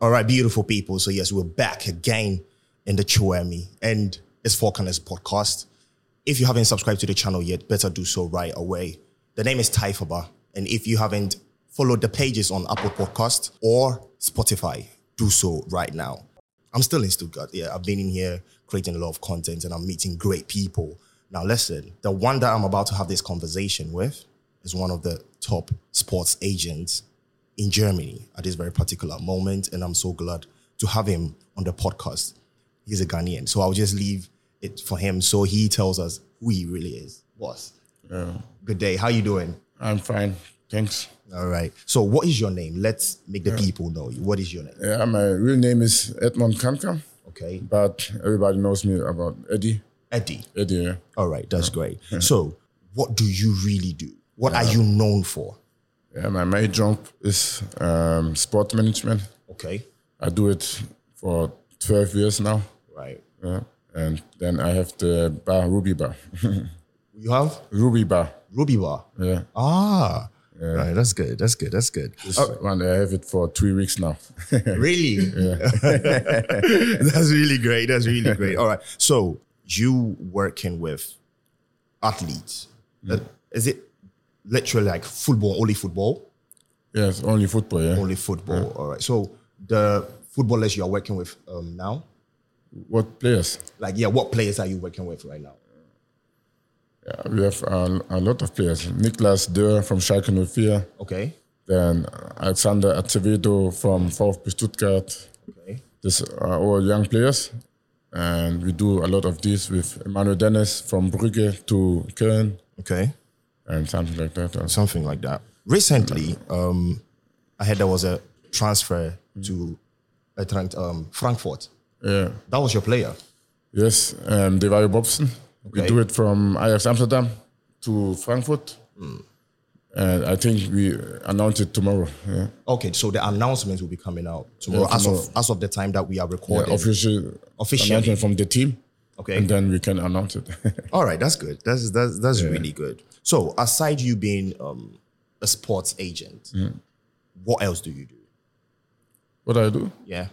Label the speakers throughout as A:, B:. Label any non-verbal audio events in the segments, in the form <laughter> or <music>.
A: All right, beautiful people. So yes, we're back again in the Chuemi and it's Falconers podcast. If you haven't subscribed to the channel yet, better do so right away. The name is Taifaba, and if you haven't followed the pages on Apple Podcast or Spotify, do so right now. I'm still in Stuttgart. Yeah, I've been in here creating a lot of content and I'm meeting great people. Now, listen, the one that I'm about to have this conversation with is one of the top sports agents in Germany at this very particular moment. And I'm so glad to have him on the podcast. He's a Ghanaian. So I'll just leave it for him so he tells us who he really is. Boss,
B: Yeah,
A: good day. How you doing?
B: I'm fine. Thanks.
A: All right. So what is your name? Let's make the people know you. What is your name?
B: Yeah, my real name is Edmond Kanka,
A: Okay.
B: but everybody knows me about Eddie.
A: Eddie.
B: Eddie, yeah.
A: All right, that's great. So, what do you really do? What are you known for?
B: yeah my main job is um, sport management.
A: Okay,
B: I do it for 12 years now.
A: right.
B: Yeah. And then I have the bar, Ruby Bar. <laughs>
A: You have
B: Ruby Bar,
A: Ruby Bar.
B: yeah.
A: Ah, right. That's good. That's good. That's good.
B: This one, I have it for three weeks now. <laughs>
A: Really? <laughs> That's really great. That's really great. All right. So you working with athletes? Uh, Is it literally like football? Only football?
B: yes, only football, yeah.
A: Only football. All right. So the footballers you are working with um, now,
B: What players?
A: like yeah, what players are you working with right now?
B: Yeah, we have a, a lot of players. Niklas Dörr from Schalke 04.
A: Okay.
B: Then Alexander Acevedo from VfB Stuttgart.
A: Okay.
B: These are all uh, young players. And we do a lot of this with Emmanuel Dennis from Brugge to Köln
A: Okay.
B: and something like that. Also.
A: something like that. Recently, um, I heard there was a transfer to Eintracht, um, Frankfurt.
B: Yeah.
A: That was your player.
B: Yes, um, Devario Bobson.
A: Okay.
B: We do it from Ajax Amsterdam to Frankfurt.
A: Hmm.
B: And I think we announce it tomorrow. Yeah.
A: Okay, so the announcements will be coming out tomorrow,
B: Yeah,
A: As,
B: tomorrow.
A: of, as of the time that we are recording.
B: Official
A: Officially.
B: announcement from the team.
A: Okay.
B: And then we can announce it. <laughs>
A: All right, that's good. That's that's that's really good. So, aside you being um, a sports agent,
B: Mm-hmm.
A: what else do you do?
B: what I do?
A: Yeah.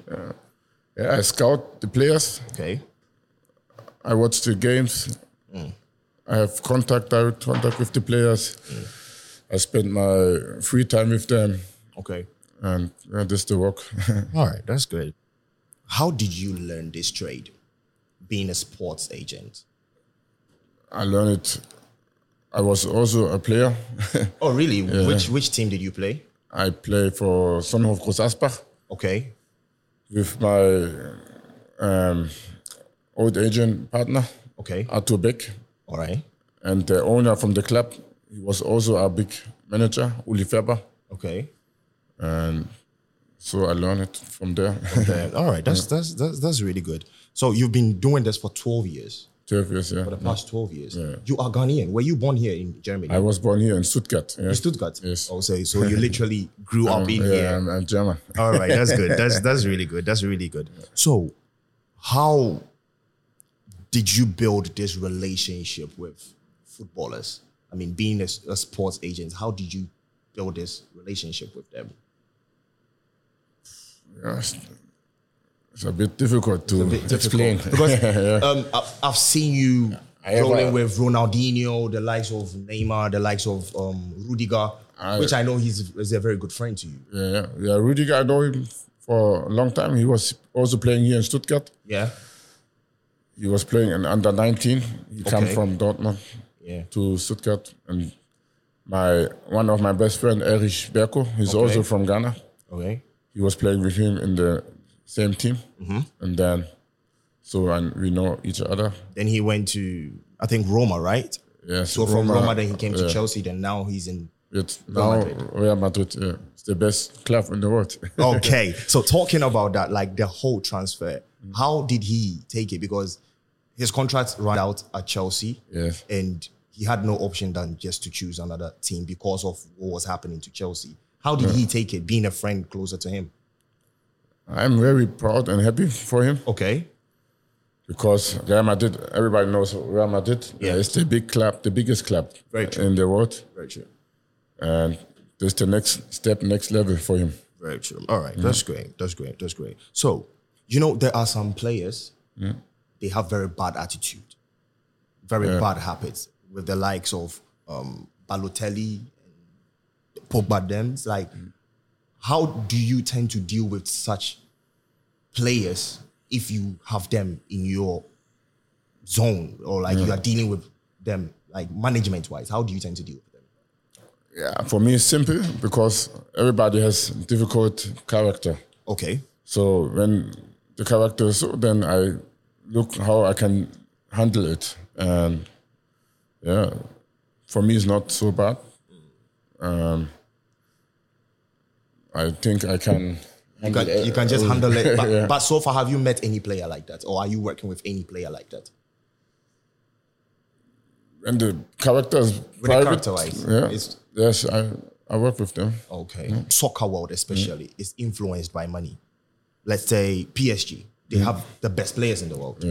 B: Yeah, I scout the players.
A: Okay.
B: I watch the games. I have contact, direct contact with the players. I spend my free time with them,
A: Okay.
B: and uh, this the work. <laughs>
A: All right, that's good. How did you learn this trade, being a sports agent?
B: I learned it. I was also a player. <laughs>
A: Oh, really? Which which team did you play?
B: I play for Sonnenhof Groß Asbach
A: Okay.
B: with my um, old agent partner
A: Okay.
B: Arthur Beck,
A: All right.
B: and the owner from the club. He was also a big manager, Uli Ferber,
A: Okay.
B: and so I learned it from there. <laughs>
A: Then, all right. That's, that's that's that's really good. So you've been doing this for twelve years.
B: Twelve years, yeah.
A: The past twelve years. You are Ghanaian. Were you born here in Germany?
B: I was born here in Stuttgart. Yeah.
A: Stuttgart.
B: Yes. Oh,
A: Oh, so, so you
B: <laughs>
A: literally grew up in
B: yeah,
A: here.
B: I'm, I'm German.
A: All right. That's good. That's that's really good. That's really good. So, how did you build this relationship with footballers? I mean, being a, s- a sports agent, how did you build this relationship with them?
B: Yeah, it's, it's a bit difficult to <laughs>
A: bit
B: explain.
A: difficult. Because-
B: Yeah.
A: Um, I've, I've seen you
B: I have uh,
A: rolling
B: a-
A: with Ronaldinho, the likes of Neymar, the likes of um, Rudiger,
B: I-
A: which I know he's is a very good friend to you.
B: yeah, yeah, yeah. Rudiger, I know him for a long time. He was also playing here in Stuttgart.
A: Yeah,
B: He was playing in under 19. He come
A: Okay.
B: from Dortmund
A: yeah.
B: to Stuttgart, and my one of my best friend Erich Berko, he's also from Ghana.
A: Okay,
B: He was playing with him in the same team,
A: Mm-hmm.
B: and then so and we know each other.
A: then he went to I think Roma, right?
B: Yes.
A: So from Roma, then he came to
B: yeah.
A: Chelsea, then now he's in.
B: It's now
A: Madrid.
B: Real Madrid. Yeah, it's the best club in the world. <laughs>
A: <laughs> Okay, so talking about that, like the whole transfer, how did he take it? Because his contract ran out at Chelsea,
B: yes.
A: and he had no option than just to choose another team because of what was happening to Chelsea. How did he take it, being a friend closer to him?
B: I'm very proud and happy for him
A: Okay.
B: because Real Madrid, everybody knows Real Madrid.
A: Yeah.
B: It's the big club, the biggest club
A: Very true.
B: in the world.
A: Very true.
B: And this the next step, next level for him.
A: Very true. All right, that's great. That's great. That's great. So, you know, there are some players. They have very bad attitude, very bad habits with the likes of um, Balotelli, Pogba. Them It's like, how do you tend to deal with such players if you have them in your zone or like you are dealing with them, like management wise? How do you tend to deal with them?
B: Yeah, for me, it's simple because everybody has difficult character.
A: Okay.
B: So when the character is so, then I look how I can handle it. And yeah, for me, it's not so bad. Um, I think I can.
A: You can, you can just handle it. <laughs> But, but so far, have you met any player like that? Or are you working with any player like that?
B: And the character is
A: When it
B: private.
A: characterized,
B: Yeah.
A: it's
B: Yes, I, I work with them.
A: okay. Mm. Soccer world, especially, is influenced by money. Let's say PSG, they have the best players in the world.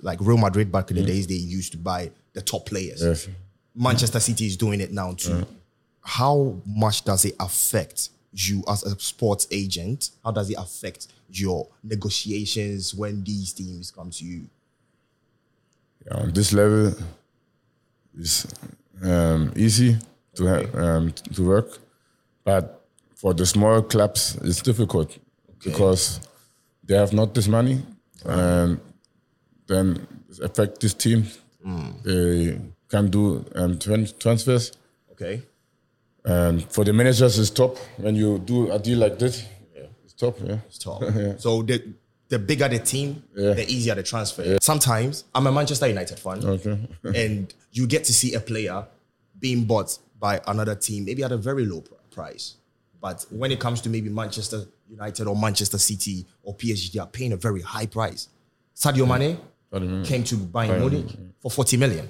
A: Like Real Madrid back in the days, they used to buy the top players.
B: Yes.
A: Manchester City is doing it now too. How much does it affect you as a sports agent? How does it affect your negotiations when these teams come to you?
B: Yeah, on Um, this level is um, easy to ha- um, to work, but for the small clubs it's difficult because they have not this money, and then it affect this team. They can do um, tran- transfers,
A: Okay.
B: and for the managers it's top when you do a deal like this. It's top, yeah.
A: <laughs> top. So the the bigger the team, the easier the transfer. Sometimes I'm a Manchester United fan, <laughs>
B: Okay.
A: and you get to see a player being bought by another team, maybe at a very low pr- price. But when it comes to maybe Manchester United or Manchester City or PSG, they are paying a very high price. Sadio Mane came to Bayern Munich for 40 million.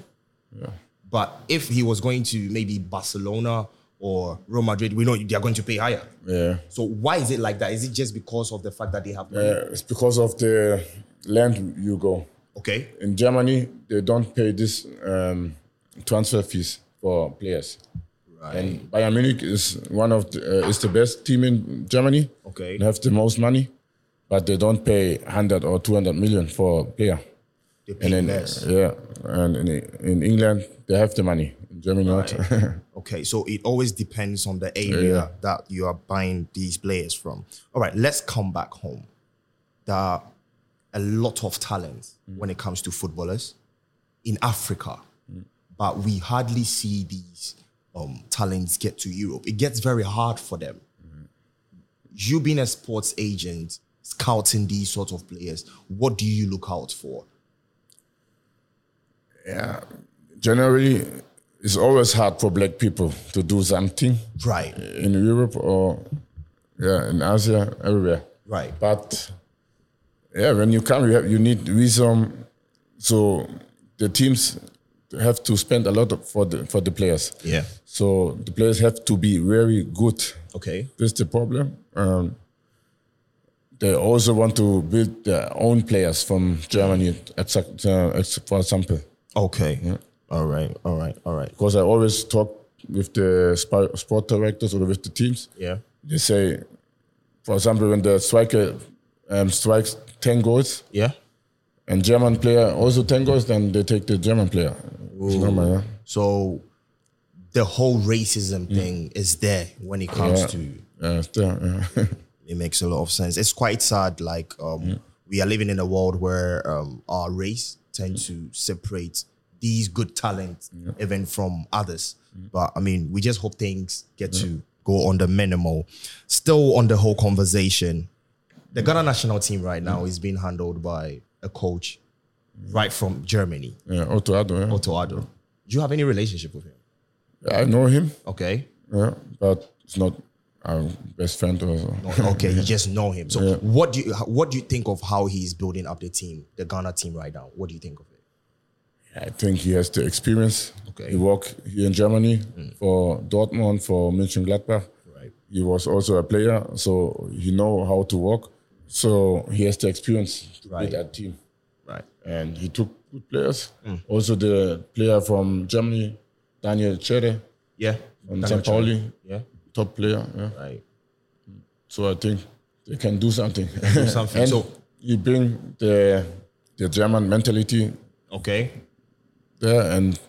A: But if he was going to maybe Barcelona or Real Madrid, we know they are going to pay higher.
B: Yeah.
A: So why is it like that? Is it just because of the fact that they have money?
B: Uh, it's because of the land you go.
A: Okay.
B: in Germany, they don't pay this um, transfer fees for players.
A: Right.
B: And Bayern Munich is one of the, uh, is the best team in Germany.
A: Okay.
B: they have the most money, but they don't pay 100 or 200 million for a player.
A: they pay
B: And then
A: less.
B: yeah, and in, in England they have the money. In Germany not.
A: Okay. So it always depends on the area
B: Yeah.
A: that you are buying these players from. All right. Let's come back home. There are a lot of talents
B: Mm.
A: when it comes to footballers in Africa,
B: Mm.
A: but we hardly see these um, talents get to Europe. It gets very hard for them.
B: Mm.
A: you being a sports agent scouting these sort of players what do you look out for
B: <laughs> Generally, it's always hard for black people to do something
A: right
B: in Europe or yeah in Asia everywhere.
A: right
B: But yeah, when you come, you, have, you need visa. So the teams have to spend a lot of, for the for the players.
A: yeah
B: So the players have to be very good.
A: okay
B: That's the problem. Um, they also want to build their own players from Germany, exact, uh, ex- for example.
A: okay all right all right all right
B: Because I always talk with the sp- sport directors or with the teams.
A: yeah
B: They say, for example, when the striker um, strikes 10 goals,
A: yeah
B: and German player also 10 goals, then they take the German player. It's normal, yeah?
A: so the whole racism thing is there when it comes
B: Yeah.
A: to
B: Yeah, still, yeah. <laughs>
A: it makes a lot of sense it's quite sad like um we are living in a world where um our race tend to separate these good talents even from others but i mean we just hope things get to go on the minimal still on the whole conversation the ghana national team right now is being handled by a coach right from germany
B: yeah, Otto Addo, yeah.
A: otto addo do you have any relationship with him
B: Yeah, I know him,
A: okay
B: yeah, but it's not our best friend. Or so.
A: <laughs> okay you just know him so what do you what do you think of how he's building up the team the ghana team right now what do you think of it
B: I think he has the experience.
A: Okay. Mm.
B: He worked here in Germany for Dortmund, for Mönchengladbach.
A: Right.
B: He was also a player, so he know how to work. So he has the experience to
A: Right.
B: build a team.
A: Right.
B: and he took good players. Also, the player from Germany, Daniel Chere
A: Yeah.
B: from St. Pauli,
A: Yeah.
B: top player. Yeah.
A: Right.
B: So I think they can do something. <laughs>
A: do something.
B: and
A: So-
B: you bring the the German mentality
A: Okay.
B: there, and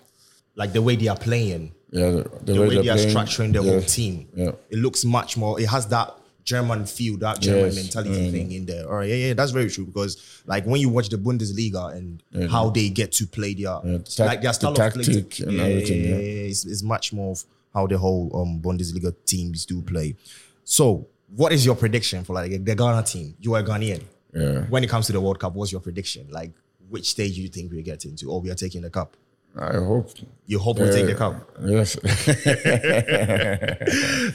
A: Like the way they are playing,
B: yeah, the, the
A: the way
B: they're
A: they are
B: playing,
A: structuring their whole
B: yeah.
A: team.
B: yeah.
A: It looks much more, it has that German feel, that German
B: Yes, Mm.
A: mentality thing in there. All right. Yeah, yeah. That's very true because, like, when you watch the Bundesliga and how they get to play their,
B: tac-
A: like, their
B: the
A: style of play.
B: tactic and everything, yeah.
A: It's, it's much more of how the whole um, Bundesliga teams do play. So, what is your prediction for, like, the Ghana team? You are Ghanaian.
B: Yeah.
A: When it comes to the World Cup, what's your prediction? Like, which stage do you think we get into or we are taking the cup?
B: I hope.
A: You hope we take the
B: uh,
A: cup.
B: Yes,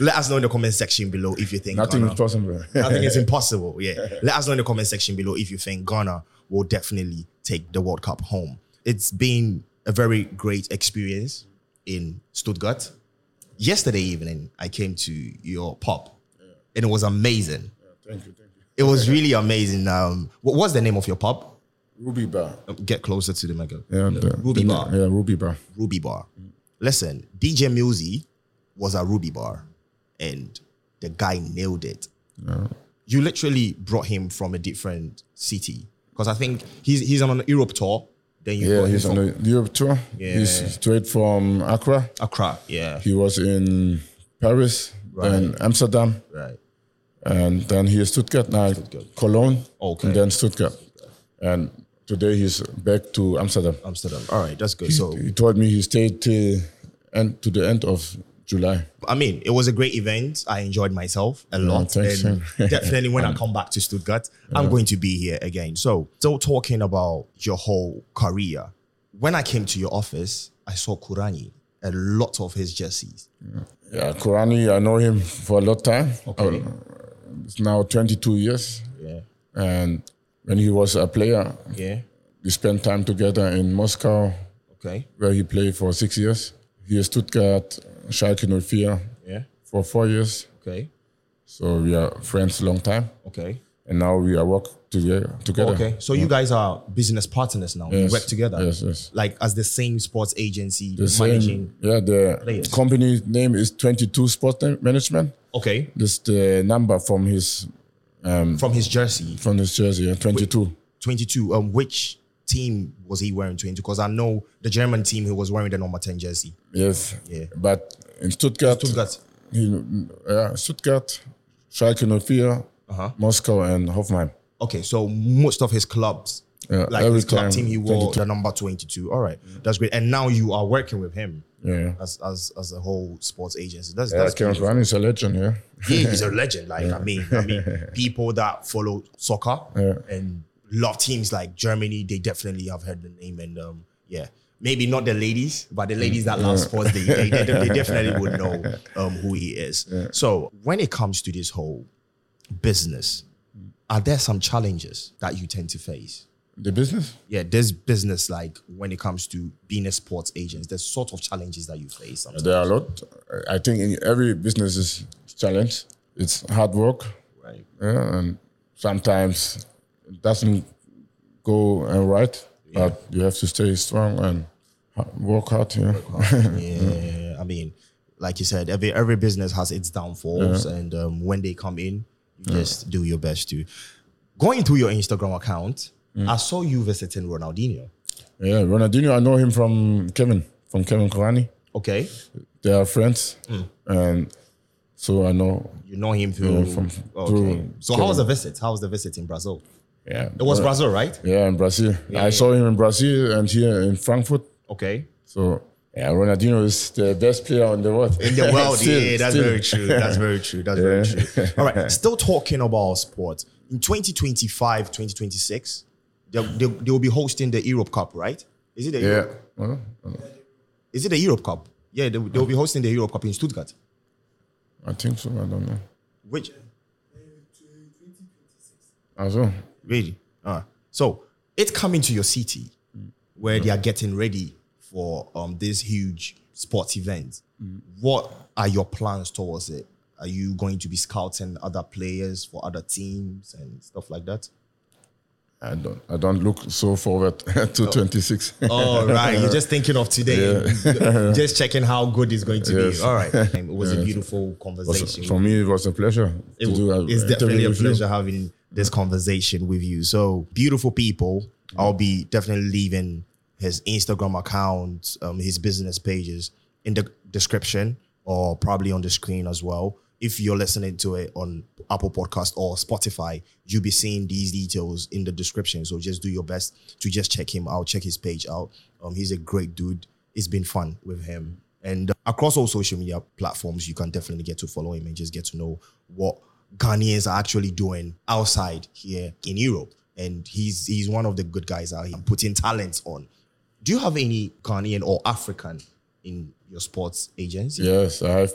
B: <laughs>
A: Let us know in the comment section below if you think
B: nothing
A: Ghana. <laughs>
B: is possible.
A: I think it's impossible. Yeah. Let us know in the comment section below if you think Ghana will definitely take the World Cup home. It's been a very great experience in Stuttgart. Yesterday evening, I came to your pub and it was amazing.
B: thank you, thank you.
A: It was really amazing. Um, what was the name of your pub?
B: <laughs> Ruby Bar.
A: Get closer to the mega.
B: Yeah, the,
A: Ruby
B: the-
A: Bar.
B: Yeah, Ruby Bar.
A: Ruby Bar. Listen, DJ Musi was at Ruby Bar and the guy nailed it. You literally brought him from a different city because I think he's he's on an Europe tour. Then you
B: Yeah,
A: brought
B: he's
A: him
B: on
A: from
B: the Europe tour.
A: Yeah.
B: He's straight from Accra.
A: Accra. Yeah.
B: He was in Paris, then Amsterdam,
A: Right.
B: and then he is Stuttgart now, Cologne,
A: Okay.
B: and then Stuttgart. And today he's back to Amsterdam.
A: Amsterdam. All right, that's good. So
B: He told me he stayed till end, to the end of July.
A: I mean, it was a great event. I enjoyed myself a lot.
B: thanks,
A: and
B: <laughs> man.
A: definitely when I come back to Stuttgart, I'm going to be here again. So, still talking about your whole career. When I came to your office, I saw Kurani, a lot of his jerseys.
B: Yeah, Kurani, I know him for a lot time. Okay. It's now 22 years.
A: Yeah.
B: And when he was a player,
A: Yeah.
B: we spent time together in Moscow,
A: Okay.
B: where he played for six years. He is Stuttgart, Schalke 04
A: Yeah.
B: for four years.
A: Okay.
B: So we are friends long time,
A: Okay.
B: and now we are work together. Together.
A: Okay. So you guys are business partners now. You
B: Yes,
A: work together.
B: Yes, yes.
A: Like as the same sports agency
B: The same-
A: managing.
B: yeah, the
A: players.
B: company name is 22 Sport Management.
A: Okay.
B: This the number from his Mm.
A: From his jersey.
B: from his jersey, yeah, 22.
A: 22, um, which team was he wearing 22? Because I know the German team who was wearing the number 10 jersey.
B: Yes.
A: Yeah.
B: But in Stuttgart,
A: Stuttgart.
B: he, yeah, Stuttgart, Schalke 04,
A: Uh-huh.
B: Moscow, and Hoffenheim.
A: Okay, so most of his clubs,
B: Yeah,
A: like
B: every
A: his club
B: time,
A: team, he wore
B: 22.
A: the number 22. All right, that's great. And now you are working with him
B: Yeah.
A: as as, as a whole sports agency. That's,
B: Yeah,
A: that's
B: Kevin
A: beautiful.
B: Kurani is a legend, yeah.
A: Yeah, he's a legend. Like I mean, I mean, people that follow soccer and love teams like Germany, they definitely have heard the name. And um, yeah, maybe not the ladies, but the ladies that love sports, they, they, they, they definitely would know um, who he is. So when it comes to this whole business, are there some challenges that you tend to face?
B: The business?
A: Yeah, there's business like when it comes to being a sports agent, there's sort of challenges that you face. Sometimes.
B: There are a lot. I think in every business is challenge. It's hard work,
A: Right.
B: yeah, and sometimes it doesn't go uh, right. But you have to stay strong and ha- work hard. Yeah,
A: yeah, I mean, like you said, every every business has its downfalls,
B: Uh-huh.
A: and um, when they come in, you just do your best to. Going through your Instagram account,
B: Mm.
A: I saw you visiting Ronaldinho.
B: yeah. Ronaldinho, I know him from Kevin, from Kevin Kurani.
A: Okay,
B: They are friends,
A: Hmm.
B: and so I know.
A: you know him through.
B: Yeah, from-
A: okay,
B: through- Uh,
A: so how was the visit? How was the visit in Brazil?
B: Yeah,
A: It was Brazil, right?
B: yeah in Brazil. I saw him in Brazil and here in Frankfurt.
A: Okay.
B: So yeah, Ronaldinho is the best player in the world.
A: In
B: <laughs>
A: the world,
B: Still,
A: yeah, that's
B: still.
A: very true.
B: <laughs>
A: That's very true. That's very true. All right, still talking about sports. In 2025, 2026, they, they, they will be hosting the Europe Cup, right? Is it the Europe
B: Yeah. Well,
A: Is it the Europe Cup? Yeah, they, they'll be hosting the Europe Cup in Stuttgart.
B: I think so. I don't know.
A: Which
B: Also,
A: really? Uh, so it's coming to your city where they are getting ready for um, this huge sports event. What are your plans towards it? Are you going to be scouting other players for other teams and stuff like that?
B: I don't. I don't look so forward <laughs> to
A: Oh.
B: 26.
A: All right, you're just thinking of today, <laughs> just checking how good it's going to
B: Yes.
A: be. All right, it was a beautiful conversation.
B: <laughs> For me, it was a pleasure
A: It
B: to
A: w-
B: do.
A: it's definitely a pleasure
B: You.
A: having this conversation with you. So beautiful people. I'll be definitely leaving his Instagram account, um, his business pages in the description or probably on the screen as well. If you're listening to it on Apple Podcast or Spotify, you'll be seeing these details in the description. So just do your best to just check him out, check his page out. Um, he's a great dude. It's been fun with him. And uh, across all social media platforms, you can definitely get to follow him and just get to know what Ghanaians are actually doing outside here in Europe. And he's he's one of the good guys out here putting talents on. Do you have any Ghanaian or African in your sports agency?
B: Yes, I have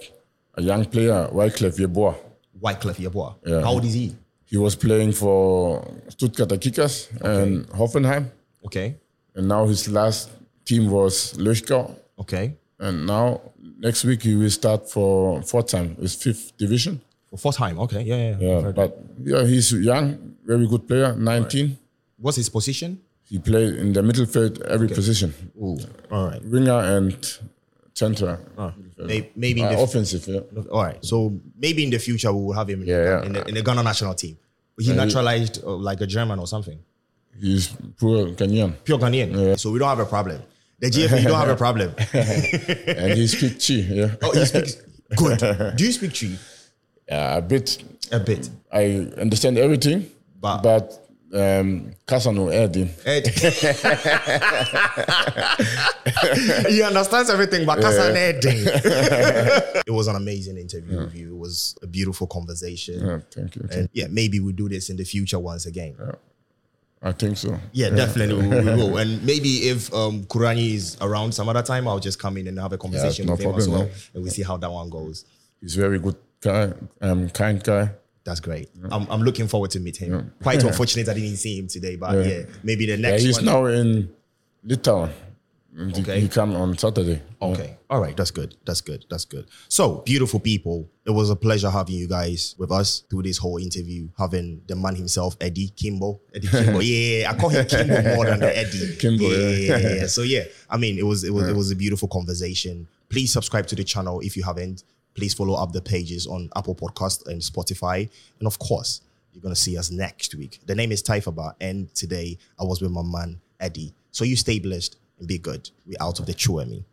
B: a young player, Wyclef Yeboah.
A: Wyclef Yeboah. How old is he?
B: He was playing for Stuttgart Kickers and Hoffenheim,
A: Okay.
B: and now his last team was Löschgau.
A: Okay.
B: And now next week he will start for fourth time, his fifth division.
A: For fourth time. Okay. Yeah. yeah, yeah.
B: Yeah, but yeah, he's young, very good player, 19.
A: What's his position?
B: He played in the midfield every position,
A: Ooh. Ah, All right.
B: winger and center.
A: May- Maybe in
B: Uh,
A: the
B: offensive, yeah.
A: All right. So maybe in the future we will have him in,
B: Yeah,
A: the,
B: yeah.
A: In, the, in the Ghana national team. He naturalized uh, like a German or something.
B: He's poor Kenyan
A: Pure Ghanaian. So we don't have a problem. The GFA, you don't have a problem. <laughs>
B: and he speaks Chi, yeah.
A: oh, he <laughs> speaks good. Do you speak Chi?
B: <laughs> yeah. A bit,
A: A bit.
B: I understand everything,
A: But-
B: but um, Kasano
A: <laughs>
B: Erdin.
A: Ed. he understands everything, but that's an Ed thing. <laughs> it was an amazing interview with you. It was a beautiful conversation.
B: Yeah, thank you.
A: And yeah, maybe we'll do this in the future once again.
B: I think so.
A: Yeah, definitely we, we will. And maybe if um, Kurani is around some other time, I'll just come in and have a conversation
B: no
A: with him as well,
B: problem, yeah.
A: and we see how that one goes.
B: He's very good guy, um, kind guy.
A: That's great. I'm, I'm looking forward to meet him. Quite unfortunate I didn't see him today, but yeah, maybe the
B: Yeah,
A: next
B: he's
A: one.
B: now in Litauen. And he-
A: Okay.
B: He come on Saturday.
A: Okay. All right. That's good. That's good. That's good. So, beautiful people, it was a pleasure having you guys with us through this whole interview, having the man himself, Eddie Kimbo. Eddie
B: <laughs>
A: Kimbo. yeah, I call him Kimbo more than the Eddie.
B: Kimbo,
A: Yeah,
B: yeah.
A: yeah, yeah, yeah. So yeah, I mean, it was it was it was a beautiful conversation. Please subscribe to the channel if you haven't. Please follow up the pages on Apple Podcast and Spotify, and of course, you're gonna see us next week. The name is Taifaba, and today I was with my man Eddie. So you stay blessed and be good. We're out of the Chuemi.